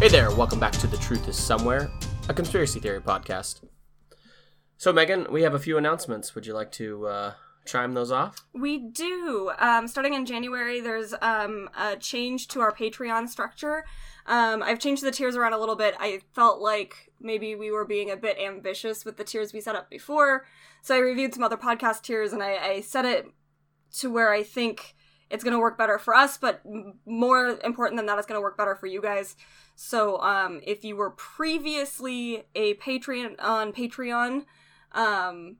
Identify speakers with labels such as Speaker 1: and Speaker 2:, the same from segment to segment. Speaker 1: Hey there, welcome back to The Truth is Somewhere, a conspiracy theory podcast. So, Megan, we have a few announcements. Would you like to uh, chime those off?
Speaker 2: We do. Um, starting in January, there's um, a change to our Patreon structure. Um, I've changed the tiers around a little bit. I felt like maybe we were being a bit ambitious with the tiers we set up before. So I reviewed some other podcast tiers and I, I set it to where I think it's going to work better for us, but m- more important than that, it's going to work better for you guys. So um, if you were previously a Patreon on Patreon, um,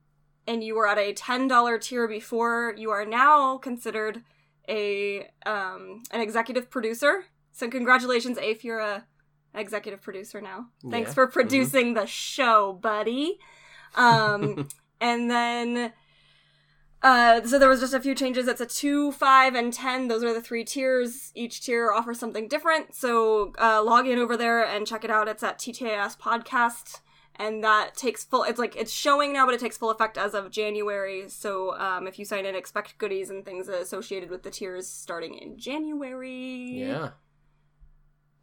Speaker 2: and you were at a ten dollar tier before, you are now considered a um, an executive producer. So congratulations, Afe, you're a executive producer now. Thanks
Speaker 1: Yeah.
Speaker 2: for producing the show, buddy. Um, and then. Uh, so there was just a few changes. It's a two, five, and ten. Those are the three tiers. Each tier offers something different. So uh, log in over there and check it out. It's at TTAS Podcast and that takes full it's like it's showing now but it takes full effect as of january so um, if you sign in expect goodies and things associated with the tiers starting in january
Speaker 1: Yeah.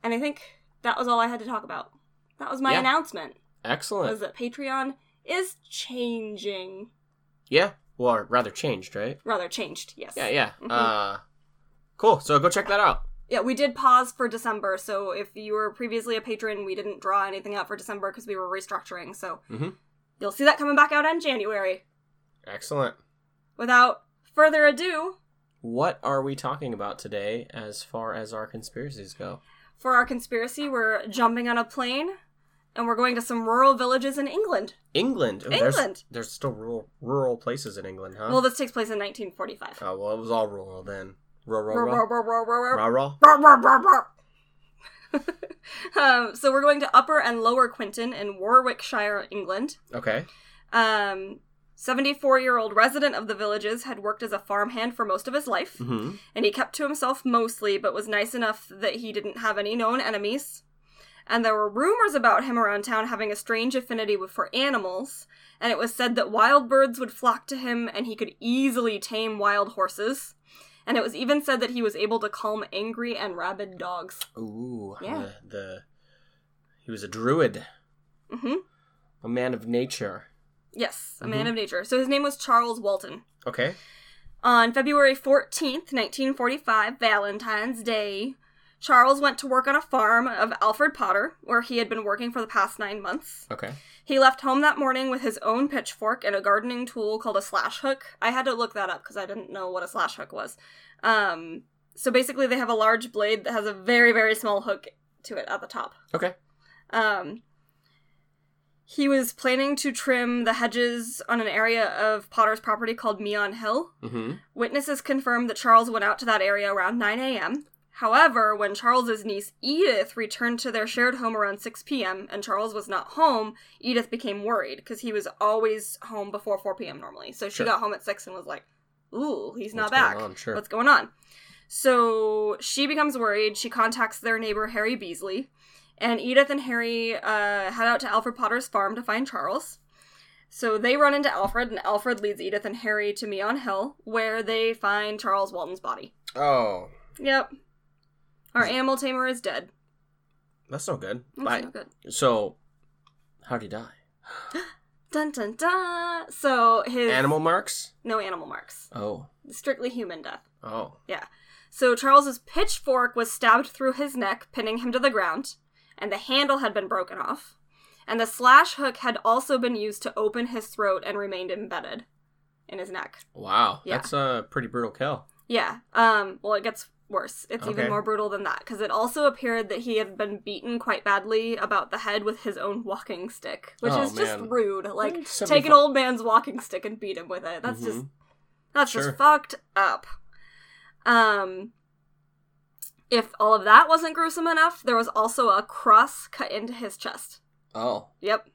Speaker 2: and i think that was all i had to talk about that was my
Speaker 1: Yeah.
Speaker 2: announcement was
Speaker 1: Excellent.
Speaker 2: that patreon is changing
Speaker 1: Yeah. Well, or rather changed, right?
Speaker 2: rather changed yes
Speaker 1: Yeah, yeah.
Speaker 2: Mhm.
Speaker 1: Uh, cool. So go check that out.
Speaker 2: Yeah, we did pause for december so if you were previously a patron we didn't draw anything out for december because we were restructuring so
Speaker 1: Mhm.
Speaker 2: you'll see that coming back out in january
Speaker 1: Excellent.
Speaker 2: without further ado
Speaker 1: What are we talking about today as far as our conspiracies go?
Speaker 2: For our conspiracy, we're jumping on a plane and we're going to some rural villages in England.
Speaker 1: England. Oh, there's-
Speaker 2: England.
Speaker 1: There's, still rural, rural places in England, huh?
Speaker 2: Well, this takes place in 1945.
Speaker 1: oh, well, it was all rural then. Rural,
Speaker 2: Roar, roar,
Speaker 1: rural,
Speaker 2: roar, roar, roar, roar.
Speaker 1: rural.
Speaker 2: Roar, roar, roar, roar. Um, So we're going to Upper and Lower Quinton in Warwickshire, England.
Speaker 1: Okay.
Speaker 2: Um, 74 year old resident of the villages had worked as a farmhand for most of his life,
Speaker 1: Mm-hmm.
Speaker 2: and he kept to himself mostly, but was nice enough that he didn't have any known enemies. and there were rumors about him around town having a strange affinity with, for animals, and it was said that wild birds would flock to him and he could easily tame wild horses. And it was even said that he was able to calm angry and rabid dogs.
Speaker 1: Ooh,
Speaker 2: Yeah.
Speaker 1: The, the he was a druid,
Speaker 2: hmm
Speaker 1: a man of nature.
Speaker 2: Yes, a man of nature. So his name was Charles Walton.
Speaker 1: Okay.
Speaker 2: On February 14th, 1945, Valentine's Day, Charles went to work on a farm of Alfred Potter, where he had been working for the past nine months.
Speaker 1: Okay.
Speaker 2: He left home that morning with his own pitchfork and a gardening tool called a slash hook. I had to look that up because I didn't know what a slash hook was. Um, so basically, they have a large blade that has a very, very small hook to it at the top.
Speaker 1: Okay.
Speaker 2: Um, he was planning to trim the hedges on an area of Potter's property called Meon Hill.
Speaker 1: Mm-hmm.
Speaker 2: Witnesses confirmed that Charles went out to that area around 9 a.m. However, when Charles's niece Edith returned to their shared home around 6 p.m. and Charles was not home, Edith became worried because he was always home before 4 p.m. normally. So she
Speaker 1: Sure.
Speaker 2: got home at 6 and was like, "Ooh, he's not back.
Speaker 1: Going on? Sure.
Speaker 2: What's going on?" So she becomes worried. She contacts their neighbor Harry Beasley, and Edith and Harry uh, head out to Alfred Potter's farm to find Charles. So they run into Alfred, and Alfred leads Edith and Harry to Meon Hill, where they find Charles Walton's body.
Speaker 1: Oh,
Speaker 2: Yep. Our animal tamer is dead.
Speaker 1: that's no good.
Speaker 2: That's
Speaker 1: Bye.
Speaker 2: no good.
Speaker 1: So, how'd he die?
Speaker 2: Dun dun dun. So his
Speaker 1: Animal marks?
Speaker 2: no animal marks.
Speaker 1: Oh.
Speaker 2: Strictly human death.
Speaker 1: Oh.
Speaker 2: So Charles's pitchfork was stabbed through his neck, pinning him to the ground, and the handle had been broken off. And the slash hook had also been used to open his throat and remained embedded in his neck.
Speaker 1: Wow.
Speaker 2: Yeah.
Speaker 1: That's a pretty brutal kill.
Speaker 2: Yeah. Um. Well, it gets worse. It's
Speaker 1: Okay.
Speaker 2: even more brutal than that because it also appeared that he had been beaten quite badly about the head with his own walking stick, which
Speaker 1: Oh,
Speaker 2: is just
Speaker 1: man.
Speaker 2: rude. Like, take an
Speaker 1: 75
Speaker 2: old man's walking stick and beat him with it. That's just
Speaker 1: Mhm.
Speaker 2: that's
Speaker 1: Sure.
Speaker 2: just fucked up. Um. If all of that wasn't gruesome enough, there was also a cross cut into his chest.
Speaker 1: Oh.
Speaker 2: Yep,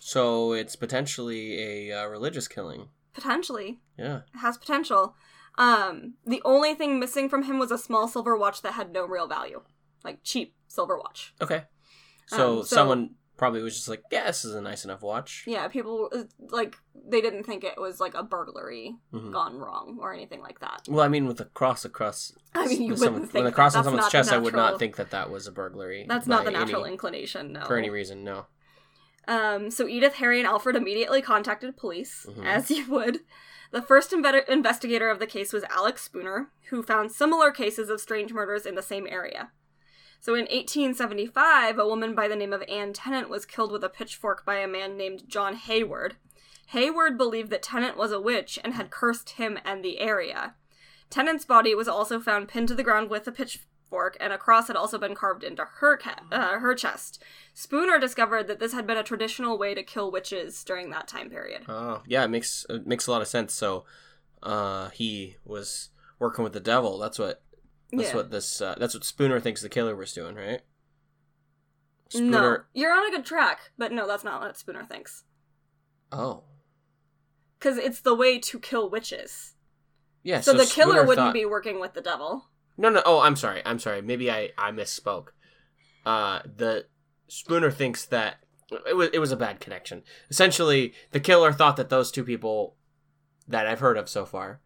Speaker 1: So it's potentially a uh, religious killing.
Speaker 2: potentially.
Speaker 1: Yeah.
Speaker 2: has potential. Um, the only thing missing from him was a small silver watch that had no real value, like cheap silver watch.
Speaker 1: Okay. So,
Speaker 2: Um, so-
Speaker 1: someone probably was just like, yeah, this is a nice enough watch.
Speaker 2: Yeah, people uh, like they didn't think it was like a burglary
Speaker 1: Mhm.
Speaker 2: gone wrong or anything like that.
Speaker 1: Well, I mean, with a cross across,
Speaker 2: I mean, you
Speaker 1: with
Speaker 2: wouldn't
Speaker 1: someone,
Speaker 2: think
Speaker 1: when a
Speaker 2: that.
Speaker 1: cross on
Speaker 2: That's
Speaker 1: someone's
Speaker 2: not the
Speaker 1: chest, I would
Speaker 2: natural-
Speaker 1: not think that that was a burglary.
Speaker 2: That's not the
Speaker 1: by
Speaker 2: natural
Speaker 1: any,
Speaker 2: inclination, no.
Speaker 1: for any reason. No.
Speaker 2: Um, so Edith, Harry, and Alfred immediately contacted police,
Speaker 1: Mhm.
Speaker 2: as you would. The first inve- investigator of the case was Alex Spooner, who found similar cases of strange murders in the same area. So in 1875, a woman by the name of Anne Tennant was killed with a pitchfork by a man named John Hayward. Hayward believed that Tennant was a witch and had cursed him and the area. Tennant's body was also found pinned to the ground with a pitchfork, and a cross had also been carved into her ca- uh, her chest. Spooner discovered that this had been a traditional way to kill witches during that time period.
Speaker 1: Oh, yeah, it makes it makes a lot of sense. So, uh, he was working with the devil. That's what that's
Speaker 2: yeah.
Speaker 1: what this uh, that's what Spooner thinks the killer was doing, right?
Speaker 2: No, you're on a good track, but no, that's not what Spooner thinks.
Speaker 1: Oh,
Speaker 2: Because it's the way to kill witches.
Speaker 1: yeah.
Speaker 2: So,
Speaker 1: So,
Speaker 2: the killer
Speaker 1: Spooner
Speaker 2: wouldn't
Speaker 1: thought-
Speaker 2: be working with the devil.
Speaker 1: No, no. Oh, I'm sorry. I'm sorry. Maybe I I misspoke. Uh, the Spooner thinks that it was it was a bad connection. Essentially, the killer thought that those two people that I've heard of so far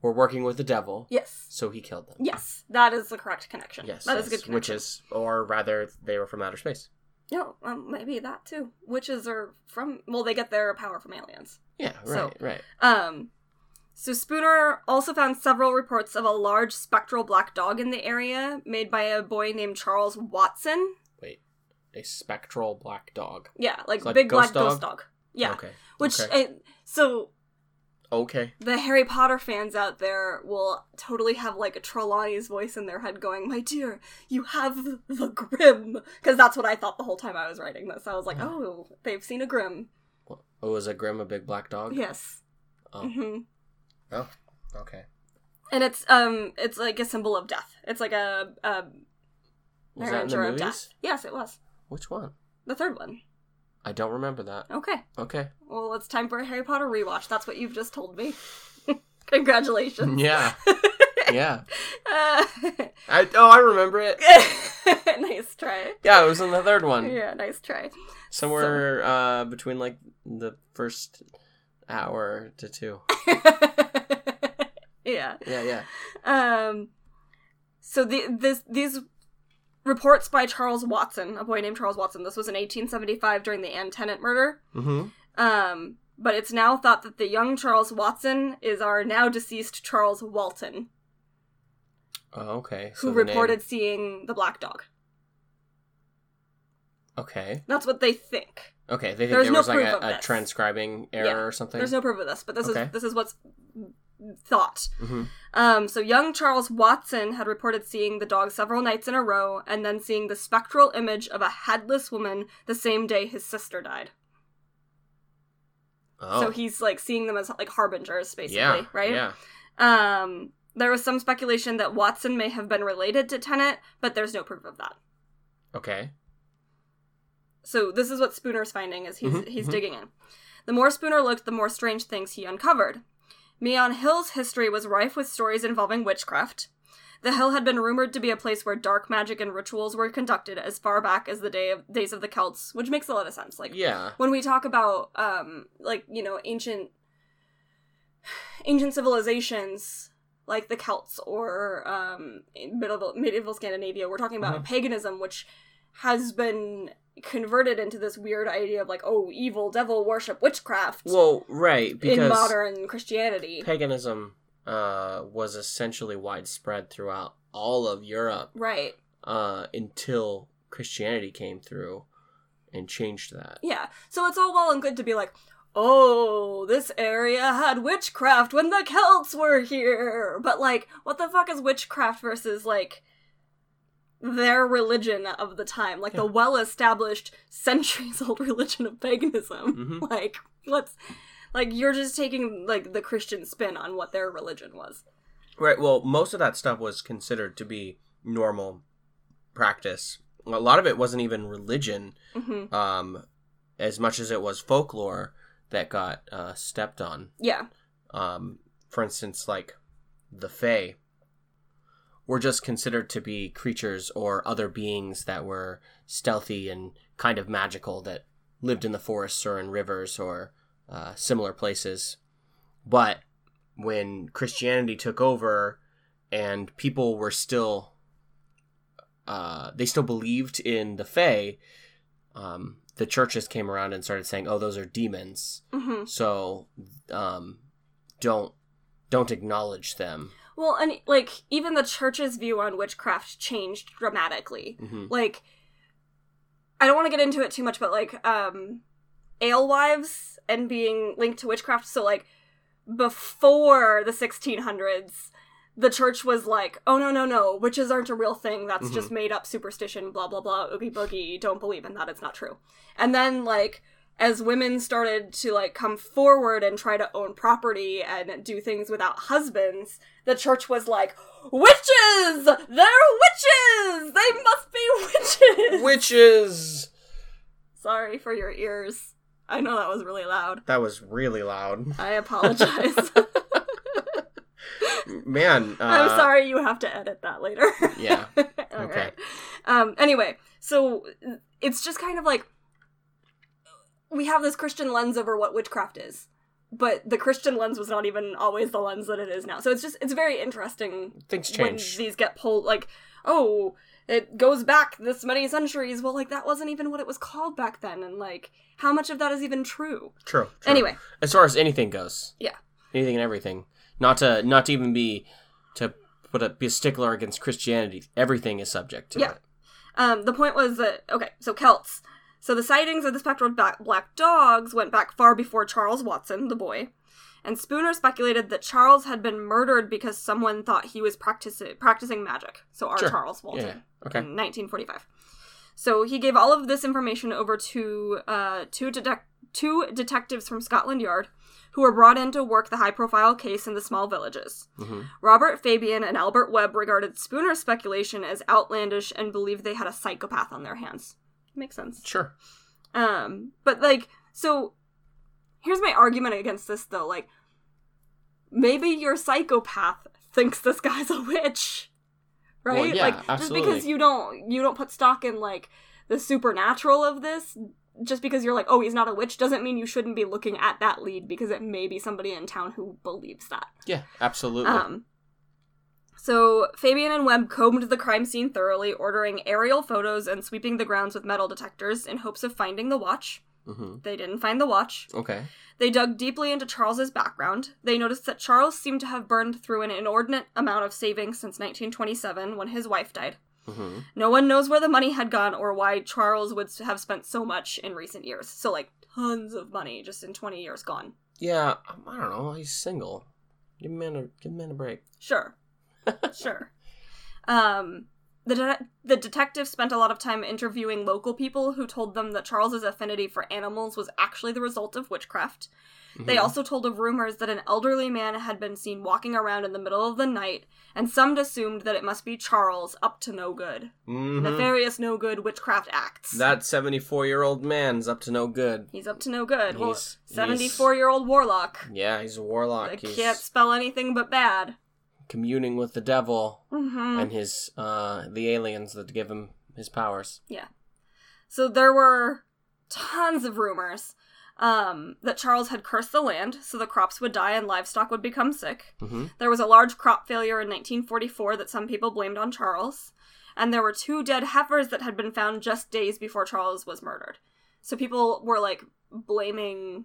Speaker 1: were working with the devil,
Speaker 2: Yes.
Speaker 1: so he killed them.
Speaker 2: Yes, that is the correct connection.
Speaker 1: Yes,
Speaker 2: that
Speaker 1: yes,
Speaker 2: is a good connection.
Speaker 1: witches, or rather, they were from outer space.
Speaker 2: No, um, maybe that too. Witches are from. Well, they get their power from aliens.
Speaker 1: Yeah, right,
Speaker 2: So-
Speaker 1: right.
Speaker 2: Um, so Spooner also found several reports of a large spectral black dog in the area made by a boy named Charles Watson.
Speaker 1: Wait, a spectral black dog.
Speaker 2: Yeah, like,
Speaker 1: It's like
Speaker 2: big
Speaker 1: ghost
Speaker 2: black ghost dog. Yeah.
Speaker 1: Okay.
Speaker 2: Which
Speaker 1: okay.
Speaker 2: I- so
Speaker 1: okay.
Speaker 2: the Harry Potter fans out there will totally have like Trelawney's voice in their head going, "My dear, you have the Grim," because that's what I thought the whole time I was writing this. I was like,
Speaker 1: Yeah.
Speaker 2: "Oh, they've seen a Grim."
Speaker 1: Well, Oh, was a grim a big black dog?
Speaker 2: Yes.
Speaker 1: Oh.
Speaker 2: hmm
Speaker 1: Oh, okay.
Speaker 2: And it's um, it's like a symbol of death. It's like a, a
Speaker 1: Was that in the
Speaker 2: Harbinger of
Speaker 1: movies?
Speaker 2: death. Yes, it was.
Speaker 1: Which one?
Speaker 2: The third one.
Speaker 1: I don't remember that.
Speaker 2: Okay.
Speaker 1: Okay.
Speaker 2: Well, it's time for a Harry Potter rewatch. That's what you've just told me. Congratulations.
Speaker 1: Yeah. yeah.
Speaker 2: Uh,
Speaker 1: I oh I remember it.
Speaker 2: nice try.
Speaker 1: Yeah, it was in the third one.
Speaker 2: Yeah, nice try.
Speaker 1: Somewhere uh between like the first hour to two.
Speaker 2: yeah.
Speaker 1: Yeah, yeah.
Speaker 2: Um, so the, this these reports by Charles Watson, a boy named Charles Watson. This was in 1875 during the Ann Tennant murder.
Speaker 1: Mm-hmm.
Speaker 2: Um, but it's now thought that the young Charles Watson is our now deceased Charles Walton.
Speaker 1: Oh, okay.
Speaker 2: who
Speaker 1: so the name-
Speaker 2: reported seeing the black dog.
Speaker 1: Okay.
Speaker 2: That's what they think.
Speaker 1: Okay. They think
Speaker 2: There's
Speaker 1: there
Speaker 2: no
Speaker 1: was like
Speaker 2: proof
Speaker 1: a,
Speaker 2: of
Speaker 1: a
Speaker 2: this.
Speaker 1: transcribing error
Speaker 2: Yeah,
Speaker 1: or something.
Speaker 2: There's no proof of this, but this
Speaker 1: Okay.
Speaker 2: is this is what's thought.
Speaker 1: hmm
Speaker 2: Um, so young Charles Watson had reported seeing the dog several nights in a row, and then seeing the spectral image of a headless woman the same day his sister died.
Speaker 1: Oh.
Speaker 2: So he's like seeing them as like harbingers, basically,
Speaker 1: yeah,
Speaker 2: right?
Speaker 1: Yeah.
Speaker 2: Um, there was some speculation that Watson may have been related to Tennant, but there's no proof of that.
Speaker 1: Okay.
Speaker 2: So this is what Spooner's finding is he's
Speaker 1: Mhm,
Speaker 2: he's
Speaker 1: mhm.
Speaker 2: digging in. The more Spooner looked, the more strange things he uncovered. Meon Hill's history was rife with stories involving witchcraft. The hill had been rumored to be a place where dark magic and rituals were conducted as far back as the day of days of the Celts, which makes a lot of sense. Like
Speaker 1: Yeah.
Speaker 2: when we talk about um like, you know, ancient ancient civilizations like the Celts or um medieval medieval Scandinavia, we're talking about
Speaker 1: Mhm.
Speaker 2: paganism which has been converted into this weird idea of like, oh, evil devil worship witchcraft
Speaker 1: Well, right, because
Speaker 2: in modern Christianity.
Speaker 1: paganism uh, was essentially widespread throughout all of Europe
Speaker 2: right.
Speaker 1: uh, until Christianity came through and changed that.
Speaker 2: Yeah. So it's all well and good to be like, oh, this area had witchcraft when the Celts were here. But like, what the fuck is witchcraft versus like their religion of the time? Like the
Speaker 1: Yeah.
Speaker 2: well established centuries old religion of paganism.
Speaker 1: hmm
Speaker 2: Like, let's. Like you're just taking like the Christian spin on what their religion was.
Speaker 1: Right. Well, most of that stuff was considered to be normal practice. A lot of it wasn't even religion,
Speaker 2: hmm
Speaker 1: um, as much as it was folklore that got uh, stepped on.
Speaker 2: Yeah.
Speaker 1: um, for instance, like the Fae were just considered to be creatures or other beings that were stealthy and kind of magical that lived in the forests or in rivers or uh, similar places. But when Christianity took over and people were still, uh, they still believed in the Fae, um, the churches came around and started saying, "Oh, those are demons."
Speaker 2: hmm
Speaker 1: So um, don't don't acknowledge them.
Speaker 2: Well, and like even the church's view on witchcraft changed dramatically.
Speaker 1: hmm
Speaker 2: Like, I don't want to get into it too much, but like, um, alewives and being linked to witchcraft. So like, before the 1600s, the church was like, "Oh no, no, no, witches aren't a real thing. That's
Speaker 1: Mhm.
Speaker 2: just made up superstition. Blah blah blah. Oogie boogie. Don't believe in that. It's not true." And then like. As women started to like come forward and try to own property and do things without husbands, the church was like, Witches! They're witches! They must be witches!
Speaker 1: Witches.
Speaker 2: Sorry for your ears. I know that was really loud.
Speaker 1: That was really loud,
Speaker 2: I apologize.
Speaker 1: man. Uh,
Speaker 2: I'm sorry you have to edit that later.
Speaker 1: Yeah.
Speaker 2: All
Speaker 1: Okay.
Speaker 2: right. Um, anyway, so it's just kind of like we have this Christian lens over what witchcraft is. But the Christian lens was not even always the lens that it is now. So it's just it's very interesting
Speaker 1: Things
Speaker 2: when
Speaker 1: change.
Speaker 2: these get pulled like oh it goes back this many centuries well like that wasn't even what it was called back then and like how much of that is even true
Speaker 1: True, true.
Speaker 2: anyway
Speaker 1: as far as anything goes,
Speaker 2: Yeah.
Speaker 1: anything and everything. Not to not to even be to put a, be a stickler against Christianity. Everything is subject to
Speaker 2: Yeah.
Speaker 1: it.
Speaker 2: um the point was that okay so celts so the sightings of the spectral ba- black dogs went back far before charles watson the boy and spooner speculated that charles had been murdered because someone thought he was practicing practicing magic so our
Speaker 1: Sure.
Speaker 2: charles watson
Speaker 1: Yeah. Okay.
Speaker 2: in 1945. So he gave all of this information over to uh, two, detec- two detectives from Scotland Yard who were brought in to work the high profile case in the small villages.
Speaker 1: hmm
Speaker 2: Robert Fabian and Albert Webb regarded Spooner's speculation as outlandish and believed they had a psychopath on their hands. Makes sense.
Speaker 1: Sure.
Speaker 2: Um, but like, so here's my argument against this though. Like, maybe your psychopath thinks this guy's a witch, right?
Speaker 1: Well, yeah,
Speaker 2: like, just because
Speaker 1: absolutely.
Speaker 2: you don't you don't put stock in like the supernatural of this, just because you're like, oh, he's not a witch, doesn't mean you shouldn't be looking at that lead because it may be somebody in town who believes that.
Speaker 1: Yeah. Absolutely.
Speaker 2: Um, so Fabian and Webb combed the crime scene thoroughly, ordering aerial photos and sweeping the grounds with metal detectors in hopes of finding the watch.
Speaker 1: hmm
Speaker 2: They didn't find the watch.
Speaker 1: Okay.
Speaker 2: They dug deeply into Charles's background. They noticed that Charles seemed to have burned through an inordinate amount of savings since 1927 when his wife died.
Speaker 1: hmm
Speaker 2: No one knows where the money had gone or why Charles would have spent so much in recent years. So like tons of money just in 20 years gone.
Speaker 1: Yeah. um, I don't know. He's single. Give man a give man a break.
Speaker 2: Sure. sure. Um, the, de- the detective spent a lot of time interviewing local people who told them that Charles's affinity for animals was actually the result of witchcraft. They
Speaker 1: Mhm.
Speaker 2: also told of rumors that an elderly man had been seen walking around in the middle of the night, and some assumed that it must be Charles up to no good.
Speaker 1: Mhm.
Speaker 2: Nefarious no good witchcraft acts.
Speaker 1: that seventy four year old man's up to no good.
Speaker 2: he's up to no good. well,
Speaker 1: He's- he's-
Speaker 2: 74 year old warlock.
Speaker 1: Yeah, he's a warlock.
Speaker 2: I
Speaker 1: he's
Speaker 2: can't spell anything but bad.
Speaker 1: communing with the devil
Speaker 2: hmm
Speaker 1: and his uh the aliens that give him his powers.
Speaker 2: So there were tons of rumors um, that Charles had cursed the land, so the crops would die and livestock would become sick.
Speaker 1: hmm
Speaker 2: There was a large crop failure in 1944 that some people blamed on Charles, and there were two dead heifers that had been found just days before Charles was murdered. So people were like blaming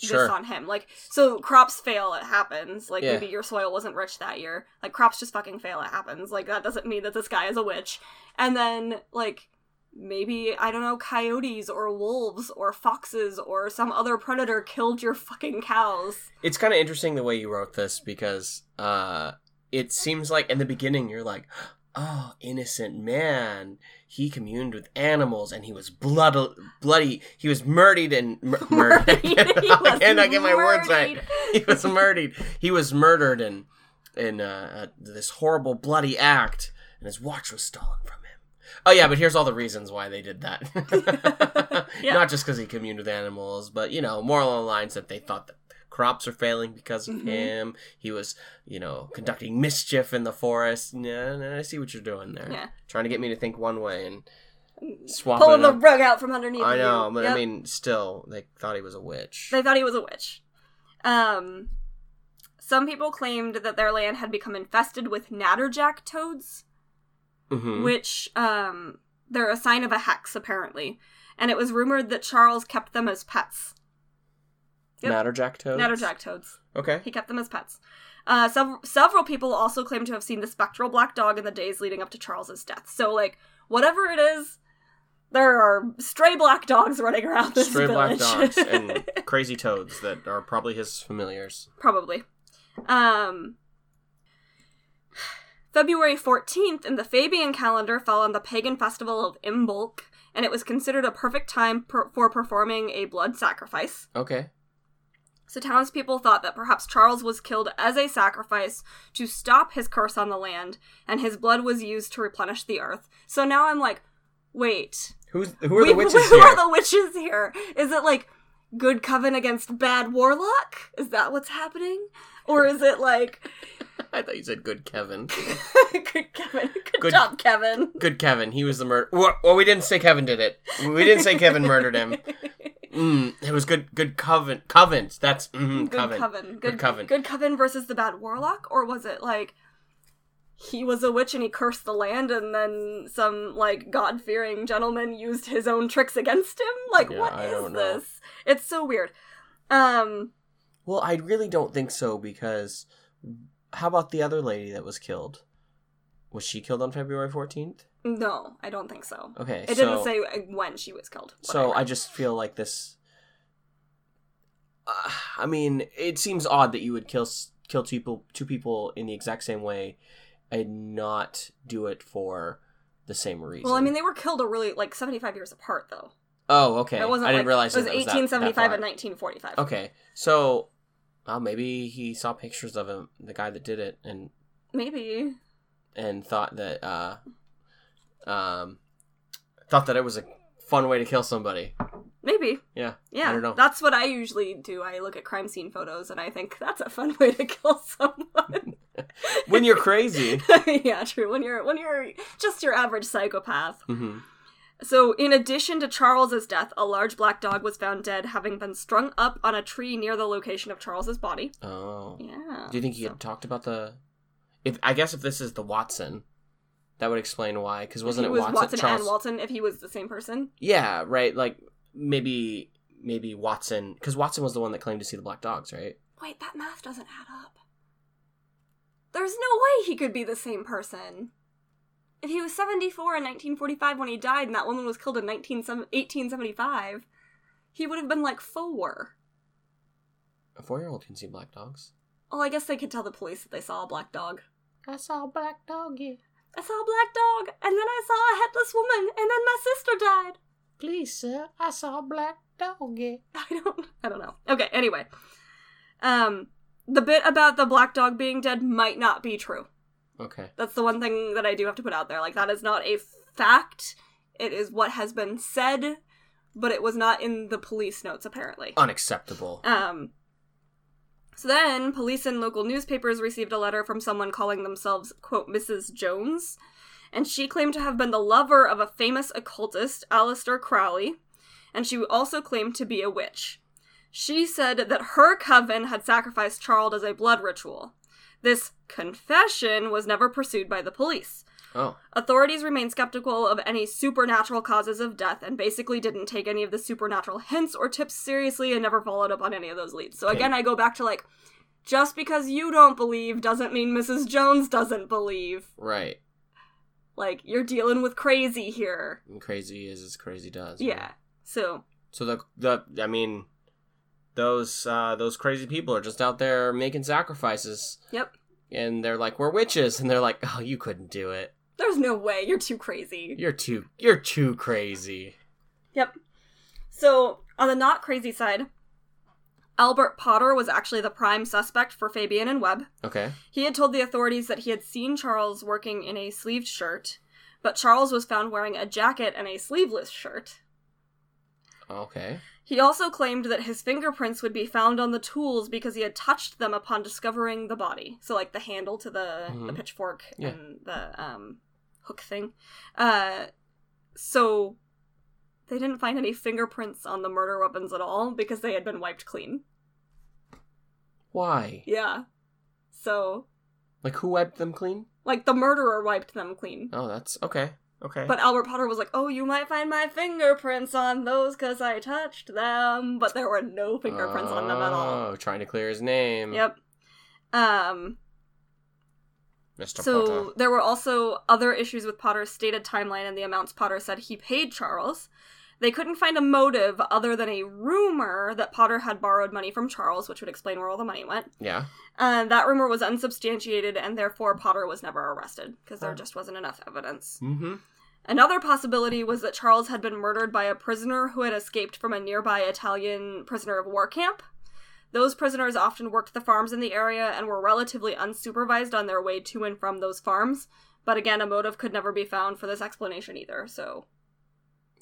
Speaker 1: Sure.
Speaker 2: this on him. Like, so crops fail, it happens. Like,
Speaker 1: Yeah.
Speaker 2: maybe your soil wasn't rich that year. Like, crops just fucking fail, it happens. Like, that doesn't mean that this guy is a witch. And then, like, maybe, I don't know, coyotes or wolves or foxes or some other predator killed your fucking cows.
Speaker 1: it's kind of interesting the way you wrote this because uh it seems like in the beginning you're like oh innocent man he communed with animals and he was blood- bloody he was murdered and mur- murdered
Speaker 2: He
Speaker 1: i
Speaker 2: was
Speaker 1: cannot get my words right
Speaker 2: murdered.
Speaker 1: he was murdered he was murdered in in uh, uh, this horrible bloody act and his watch was stolen from him oh yeah but here's all the reasons why they did that
Speaker 2: Yeah.
Speaker 1: not just because he communed with animals but you know moral lines that they thought that crops are failing because of
Speaker 2: Mhm.
Speaker 1: him. He was, you know, conducting mischief in the forest. Nah, nah, I see what you're doing there.
Speaker 2: Yeah.
Speaker 1: Trying to get me to think one way and swapping
Speaker 2: Pulling the
Speaker 1: up.
Speaker 2: rug out from underneath.
Speaker 1: I
Speaker 2: you.
Speaker 1: know, but I
Speaker 2: Yep.
Speaker 1: mean, still, they thought he was a witch.
Speaker 2: They thought he was a witch. Um, some people claimed that their land had become infested with natterjack toads,
Speaker 1: Mhm.
Speaker 2: which um, they're a sign of a hex, apparently. And it was rumored that Charles kept them as pets. Yep.
Speaker 1: Natterjack toads.
Speaker 2: Natterjack toads.
Speaker 1: Okay.
Speaker 2: He kept them as pets. Uh, sev- several people also claim to have seen the spectral black dog in the days leading up to Charles's death. So, like, whatever it is, there are stray black dogs running around this
Speaker 1: Stray black
Speaker 2: village.
Speaker 1: dogs and crazy toads that are probably his familiars.
Speaker 2: Probably. Um, February 14th in the Fabian calendar fell on the pagan festival of Imbolc, and it was considered a perfect time per- for performing a blood sacrifice.
Speaker 1: Okay.
Speaker 2: So townspeople thought that perhaps Charles was killed as a sacrifice to stop his curse on the land, and his blood was used to replenish the earth. So now I'm like, wait,
Speaker 1: Who's who are the
Speaker 2: we-
Speaker 1: witches
Speaker 2: who
Speaker 1: here?
Speaker 2: are the witches here? Is it like good coven against bad warlock? Is that what's happening? Or is it like
Speaker 1: I thought you said good Kevin.
Speaker 2: good Kevin, good,
Speaker 1: Good-
Speaker 2: job, Kevin?
Speaker 1: Good Kevin. He was the murder. Well, we didn't say Kevin did it. We didn't say Kevin murdered him. Mm, it was good. Good coven. Covens. That's mm,
Speaker 2: Good coven.
Speaker 1: coven.
Speaker 2: Good,
Speaker 1: Good coven.
Speaker 2: Good coven versus the bad warlock, or was it like he was a witch and he cursed the land, and then some like god fearing gentleman used his own tricks against him? Like
Speaker 1: Yeah,
Speaker 2: what
Speaker 1: I
Speaker 2: is
Speaker 1: don't know.
Speaker 2: this? It's so weird. Um,
Speaker 1: Well, I really don't think so because how about the other lady that was killed? Was she killed on February fourteenth?
Speaker 2: no, I don't think so.
Speaker 1: Okay.
Speaker 2: It
Speaker 1: so,
Speaker 2: didn't say uh, when she was killed.
Speaker 1: So
Speaker 2: Whatever.
Speaker 1: I just feel like this. Uh, I mean, it seems odd that you would kill s- kill two people two people in the exact same way, and not do it for the same reason.
Speaker 2: well, I mean, they were killed a really like seventy five years apart, though.
Speaker 1: oh, okay.
Speaker 2: It wasn't.
Speaker 1: I didn't
Speaker 2: like,
Speaker 1: realize
Speaker 2: it was
Speaker 1: that that
Speaker 2: eighteen seventy
Speaker 1: that
Speaker 2: five
Speaker 1: far.
Speaker 2: and nineteen forty five.
Speaker 1: Okay, so uh, maybe he saw pictures of him, the guy that did it, and
Speaker 2: Maybe
Speaker 1: and thought that uh, um, thought that it was a fun way to kill somebody.
Speaker 2: Maybe.
Speaker 1: Yeah,
Speaker 2: Yeah.
Speaker 1: I don't know.
Speaker 2: That's what I usually do. I look at crime scene photos and I think that's a fun way to kill someone.
Speaker 1: When you're crazy.
Speaker 2: yeah, true. When you're when you're just your average psychopath.
Speaker 1: hmm
Speaker 2: So, in addition to Charles's death, a large black dog was found dead having been strung up on a tree near the location of Charles's body.
Speaker 1: Oh.
Speaker 2: Yeah.
Speaker 1: Do you think he
Speaker 2: so-
Speaker 1: had talked about the? If I guess if this is the Watson, that would explain why. Because wasn't it
Speaker 2: If he was
Speaker 1: Watson?
Speaker 2: Watson
Speaker 1: Charles?
Speaker 2: and Walton if he was the same person?
Speaker 1: yeah, right. Like maybe maybe Watson, because Watson was the one that claimed to see the black dogs, right?
Speaker 2: Wait, that math doesn't add up. There's no way he could be the same person. If he was 74 in 1945 when he died and that woman was killed in 19, some- 1875, he would have been like four.
Speaker 1: A four-year-old can see black dogs.
Speaker 2: Well, I guess they could tell the police that they saw a black dog.
Speaker 1: I saw a black dog. Yeah.
Speaker 2: I saw a black dog, and then I saw a headless woman, and then my sister died.
Speaker 1: Please, sir, I saw a black dog. Yeah.
Speaker 2: I don't I don't know. Okay, anyway. Um the bit about the black dog being dead might not be true.
Speaker 1: Okay.
Speaker 2: That's the one thing that I do have to put out there. Like that is not a fact. It is what has been said, but it was not in the police notes apparently.
Speaker 1: Unacceptable.
Speaker 2: Um so then police and local newspapers received a letter from someone calling themselves quote Mrs. Jones, and she claimed to have been the lover of a famous occultist, Aleister Crowley, and she also claimed to be a witch. She said that her coven had sacrificed Charles as a blood ritual. This confession was never pursued by the police.
Speaker 1: oh.
Speaker 2: Authorities remained skeptical of any supernatural causes of death and basically didn't take any of the supernatural hints or tips seriously and never followed up on any of those leads. So
Speaker 1: Okay.
Speaker 2: again, I go back to like, just because you don't believe doesn't mean Mrs. Jones doesn't believe.
Speaker 1: Right.
Speaker 2: Like, you're dealing with crazy here.
Speaker 1: And crazy is as crazy does. right?
Speaker 2: Yeah. So,
Speaker 1: So the the I mean, those uh, those crazy people are just out there making sacrifices.
Speaker 2: Yep.
Speaker 1: And they're like, we're witches, and they're like, oh, you couldn't do it.
Speaker 2: there's no way. You're too crazy.
Speaker 1: You're too you're too crazy.
Speaker 2: So, on the not crazy side, Albert Potter was actually the prime suspect for Fabian and Webb.
Speaker 1: Okay.
Speaker 2: He had told the authorities that he had seen Charles working in a sleeved shirt, but Charles was found wearing a jacket and a sleeveless shirt.
Speaker 1: Okay.
Speaker 2: He also claimed that his fingerprints would be found on the tools because he had touched them upon discovering the body. So, like the handle to the, the
Speaker 1: Mhm.
Speaker 2: pitchfork
Speaker 1: Yeah.
Speaker 2: and the um, hook thing. Uh, so, they didn't find any fingerprints on the murder weapons at all because they had been wiped clean.
Speaker 1: Why?
Speaker 2: Yeah. So,
Speaker 1: Like who wiped them clean?
Speaker 2: like the murderer wiped them clean.
Speaker 1: Oh, that's okay. Okay.
Speaker 2: But Albert Potter was like, "Oh, you might find my fingerprints on those because I touched them." But there were no fingerprints on them at all.
Speaker 1: Oh, trying to clear his name.
Speaker 2: Yep. Um.
Speaker 1: Mr.
Speaker 2: so
Speaker 1: Potter.
Speaker 2: there were also other issues with Potter's stated timeline and the amounts Potter said he paid Charles. They couldn't find a motive other than a rumor that Potter had borrowed money from Charles, which would explain where all the money went.
Speaker 1: Yeah.
Speaker 2: And that rumor was unsubstantiated, and therefore Potter was never arrested because there
Speaker 1: Huh.
Speaker 2: just wasn't enough evidence.
Speaker 1: Mm-hmm.
Speaker 2: Another possibility was that Charles had been murdered by a prisoner who had escaped from a nearby Italian prisoner of war camp. Those prisoners often worked the farms in the area and were relatively unsupervised on their way to and from those farms, but again, a motive could never be found for this explanation either, so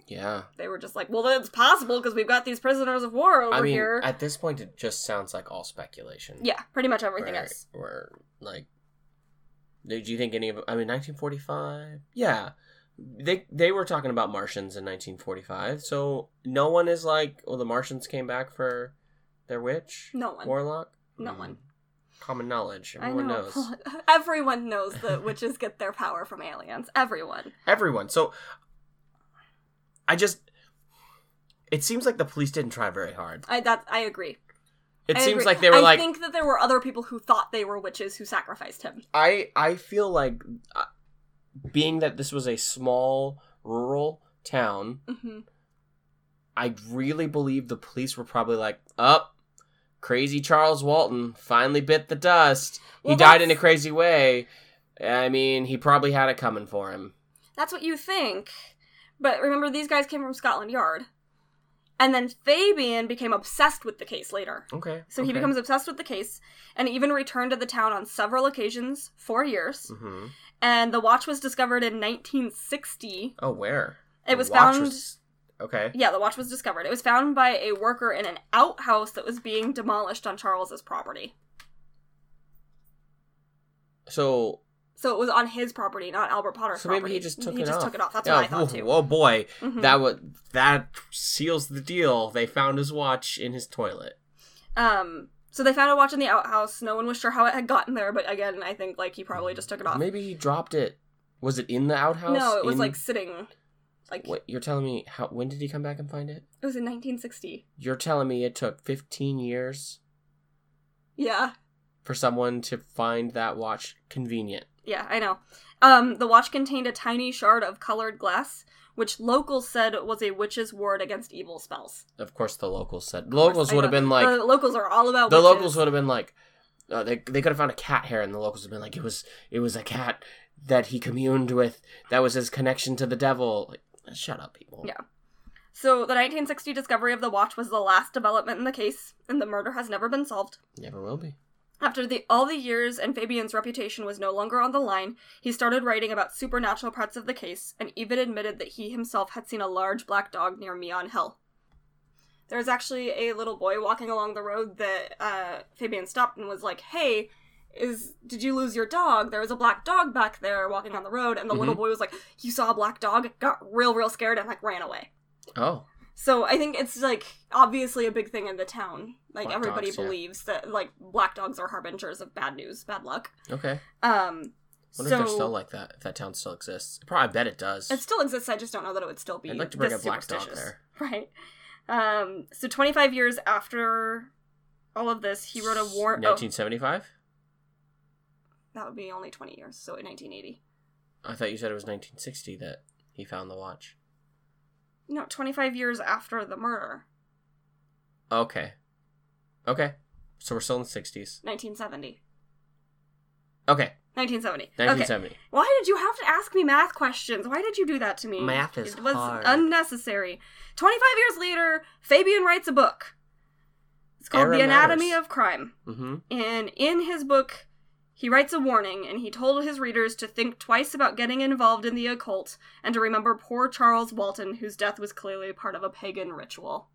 Speaker 1: Yeah.
Speaker 2: they were just like, well, it's possible because we've got these prisoners of war over
Speaker 1: I mean,
Speaker 2: here.
Speaker 1: at this point, it just sounds like all speculation.
Speaker 2: yeah, pretty much everything
Speaker 1: where,
Speaker 2: else.
Speaker 1: where, like, do you think any of? I mean, 1945. Yeah, they they were talking about Martians in 1945. So no one is like, oh, the Martians came back for their witch
Speaker 2: No one.
Speaker 1: warlock.
Speaker 2: No
Speaker 1: Hmm.
Speaker 2: one.
Speaker 1: Common knowledge.
Speaker 2: I
Speaker 1: Everyone
Speaker 2: know.
Speaker 1: knows.
Speaker 2: Everyone knows that witches get their power from aliens. Everyone.
Speaker 1: Everyone. So I just. It seems like the police didn't try very hard.
Speaker 2: I that I agree.
Speaker 1: It
Speaker 2: I
Speaker 1: seems
Speaker 2: agree.
Speaker 1: like they were
Speaker 2: I
Speaker 1: like,
Speaker 2: think that there were other people who thought they were witches who sacrificed him.
Speaker 1: I I feel like uh, being that this was a small rural town,
Speaker 2: hmm
Speaker 1: I really believe the police were probably like, "Up, crazy Charles Walton finally bit the dust. He
Speaker 2: Well,
Speaker 1: died in
Speaker 2: that's-
Speaker 1: a crazy way. I mean, he probably had it coming for him."
Speaker 2: That's what you think. But remember, these guys came from Scotland Yard. And then Fabian became obsessed with the case later.
Speaker 1: Okay.
Speaker 2: So he becomes obsessed with the case and even returned to the town on several occasions, four years.
Speaker 1: hmm
Speaker 2: And the watch was discovered in 1960.
Speaker 1: Oh, where
Speaker 2: It
Speaker 1: The
Speaker 2: was
Speaker 1: watch
Speaker 2: found.
Speaker 1: Okay.
Speaker 2: Yeah, the watch was discovered. It was found by a worker in an outhouse that was being demolished on Charles's property.
Speaker 1: So
Speaker 2: So it was on his property, not Albert Potter's
Speaker 1: so
Speaker 2: property.
Speaker 1: maybe he just took
Speaker 2: he
Speaker 1: it
Speaker 2: just
Speaker 1: off.
Speaker 2: took it off. That's
Speaker 1: Yeah,
Speaker 2: what I thought
Speaker 1: whoa,
Speaker 2: too.
Speaker 1: Whoa, boy,
Speaker 2: Mhm.
Speaker 1: that would that seals the deal. They found his watch in his toilet.
Speaker 2: Um, so they found a watch in the outhouse. No one was sure how it had gotten there, but again, I think like he probably just took it off.
Speaker 1: Maybe he dropped it. Was it in the outhouse?
Speaker 2: no, it was
Speaker 1: In-
Speaker 2: like sitting, like
Speaker 1: What you're telling me? How when did he come back and find it?
Speaker 2: it was in 1960.
Speaker 1: You're telling me it took 15 years
Speaker 2: Yeah,
Speaker 1: for someone to find that watch convenient.
Speaker 2: yeah, I know. Um, the watch contained a tiny shard of colored glass, which locals said was a witch's ward against evil spells.
Speaker 1: Of course, the locals said.
Speaker 2: course,
Speaker 1: Locals
Speaker 2: I
Speaker 1: would have
Speaker 2: know.
Speaker 1: been like
Speaker 2: the locals are all about
Speaker 1: the
Speaker 2: witches.
Speaker 1: locals would have been like uh, they they could have found a cat hair, and the locals would have been like it was it was a cat that he communed with. That was his connection to the devil. Like, shut up, people.
Speaker 2: Yeah. So the 1960 discovery of the watch was the last development in the case, and the murder has never been solved.
Speaker 1: Never will be.
Speaker 2: After the, all the years and Fabian's reputation was no longer on the line, he started writing about supernatural parts of the case and even admitted that he himself had seen a large black dog near Meon Hill. There was actually a little boy walking along the road that uh, Fabian stopped and was like, "Hey, is did you lose your dog? There was a black dog back there walking on the road." And the little boy was like, "You saw a black dog?" Got real, real scared and like ran away.
Speaker 1: Oh,
Speaker 2: So I think it's like obviously a big thing in the town. Like
Speaker 1: Black
Speaker 2: everybody
Speaker 1: dogs, yeah.
Speaker 2: believes that like black dogs are harbingers of bad news, bad luck.
Speaker 1: okay.
Speaker 2: Um
Speaker 1: Wonder if
Speaker 2: so
Speaker 1: they're still like that. If that town still exists, probably I bet it does.
Speaker 2: it still exists, I just don't know that it would still be
Speaker 1: I'd like to bring
Speaker 2: this
Speaker 1: a black dog
Speaker 2: superstitious.
Speaker 1: there.
Speaker 2: Right. Um so 25 years after all of this, he wrote a warrant oh,
Speaker 1: 1975.
Speaker 2: that would be only 20 years, so in 1980.
Speaker 1: I thought you said it was 1960 that he found the watch.
Speaker 2: No, 25 years after the murder,
Speaker 1: Okay. Okay. So we're still in the 60s.
Speaker 2: 1970.
Speaker 1: Okay.
Speaker 2: 1970. Okay.
Speaker 1: 1970.
Speaker 2: Why did you have to ask me math questions? Why did you do that to me?
Speaker 1: Math is
Speaker 2: It was
Speaker 1: hard.
Speaker 2: unnecessary. 25 years later, Fabian writes a book. It's called
Speaker 1: Error
Speaker 2: The Anatomy
Speaker 1: Matters.
Speaker 2: of Crime.
Speaker 1: Mm-hmm.
Speaker 2: And in his book, He writes a warning, and he told his readers to think twice about getting involved in the occult and to remember poor Charles Walton, whose death was clearly part of a pagan ritual.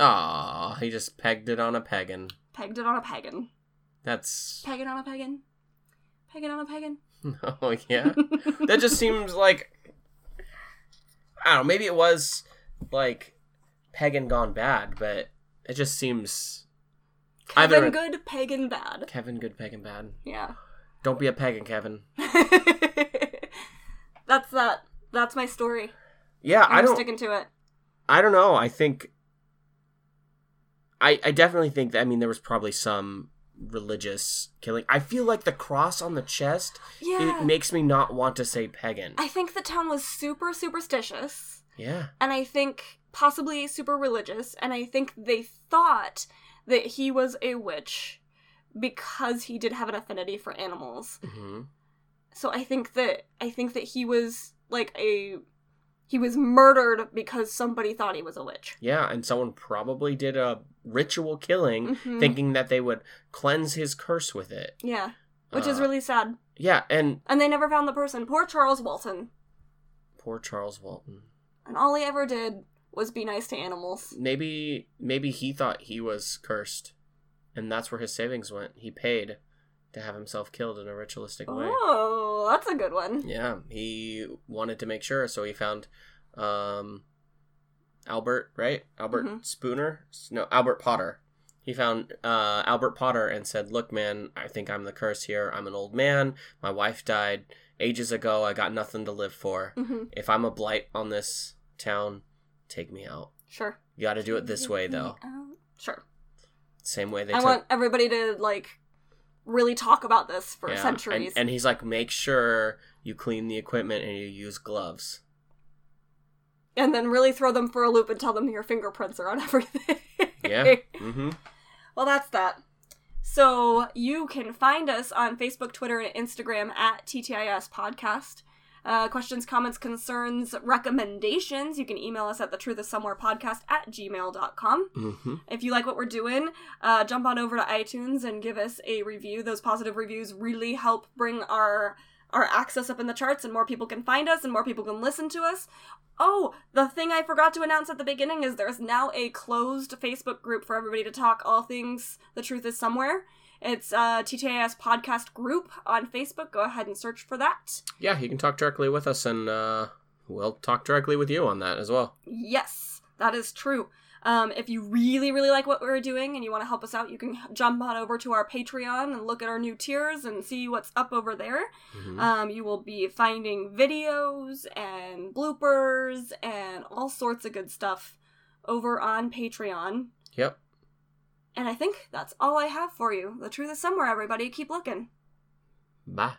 Speaker 1: Aw, he just pegged it on a pagan.
Speaker 2: Pegged it on a pagan.
Speaker 1: That's
Speaker 2: Pagan on a pagan. Pagan on a pagan.
Speaker 1: oh yeah. that just seems like I don't know, maybe it was like pagan gone bad, but it just seems Either-
Speaker 2: Pagan good, pagan bad.
Speaker 1: Kevin good pagan bad.
Speaker 2: Yeah.
Speaker 1: Don't be a pagan, Kevin.
Speaker 2: that's that. That's my story.
Speaker 1: Yeah,
Speaker 2: I'm
Speaker 1: I don't
Speaker 2: sticking to it.
Speaker 1: I don't know. I think I I definitely think that I mean there was probably some religious killing. I feel like the cross on the chest
Speaker 2: Yeah.
Speaker 1: it makes me not want to say pagan.
Speaker 2: I think the town was super superstitious,
Speaker 1: yeah.
Speaker 2: and I think possibly super religious, and I think they thought that he was a witch because he did have an affinity for animals.
Speaker 1: hmm
Speaker 2: So I think that I think that he was like a he was murdered because somebody thought he was a witch.
Speaker 1: Yeah, and someone probably did a ritual killing
Speaker 2: Mhm.
Speaker 1: thinking that they would cleanse his curse with it.
Speaker 2: Yeah, which is
Speaker 1: Uh,
Speaker 2: really sad.
Speaker 1: Yeah, and
Speaker 2: And they never found the person. Poor Charles Walton.
Speaker 1: poor Charles Walton.
Speaker 2: And all he ever did was be nice to animals.
Speaker 1: Maybe maybe he thought he was cursed and that's where his savings went. He paid to have himself killed in a ritualistic way.
Speaker 2: Oh, that's a good one.
Speaker 1: Yeah, he wanted to make sure, so he found um, Albert, right? Albert
Speaker 2: Mhm.
Speaker 1: Spooner? S- No, Albert Potter. He found uh, Albert Potter and said, "Look, man, I think I'm the curse here. I'm an old man. My wife died ages ago. I got nothing to live for.
Speaker 2: hmm
Speaker 1: If I'm a blight on this town, take me out.
Speaker 2: Sure.
Speaker 1: You got to do it this way, though.
Speaker 2: Uh, Sure.
Speaker 1: Same way they
Speaker 2: I
Speaker 1: took
Speaker 2: want everybody to, like, really talk about this for
Speaker 1: Yeah,
Speaker 2: centuries.
Speaker 1: And, and he's like, make sure you clean the equipment and you use gloves.
Speaker 2: And then really throw them for a loop and tell them your fingerprints are on everything.
Speaker 1: Yeah. mm-hmm.
Speaker 2: Well, that's that. So you can find us on Facebook, Twitter, and Instagram at TTIS Podcast. Uh, questions, comments, concerns, recommendations, you can email us at the truth is somewhere podcast at gmail.com.
Speaker 1: Mm-hmm.
Speaker 2: If you like what we're doing, uh, jump on over to iTunes and give us a review. Those positive reviews really help bring our our access up in the charts, and more people can find us, and more people can listen to us. Oh, the thing I forgot to announce at the beginning is there's now a closed Facebook group for everybody to talk all things The Truth Is Somewhere. It's uh, TTIS Podcast Group on Facebook. Go ahead and search for that.
Speaker 1: Yeah, you can talk directly with us, and uh, we'll talk directly with you on that as well.
Speaker 2: Yes, that is true. Um, if you really, really like what we're doing and you want to help us out, you can h- jump on over to our Patreon and look at our new tiers and see what's up over there.
Speaker 1: Mm-hmm.
Speaker 2: Um, you will be finding videos and bloopers and all sorts of good stuff over on Patreon.
Speaker 1: Yep.
Speaker 2: And I think that's all I have for you. The truth is somewhere, everybody. Keep looking.
Speaker 1: Bye.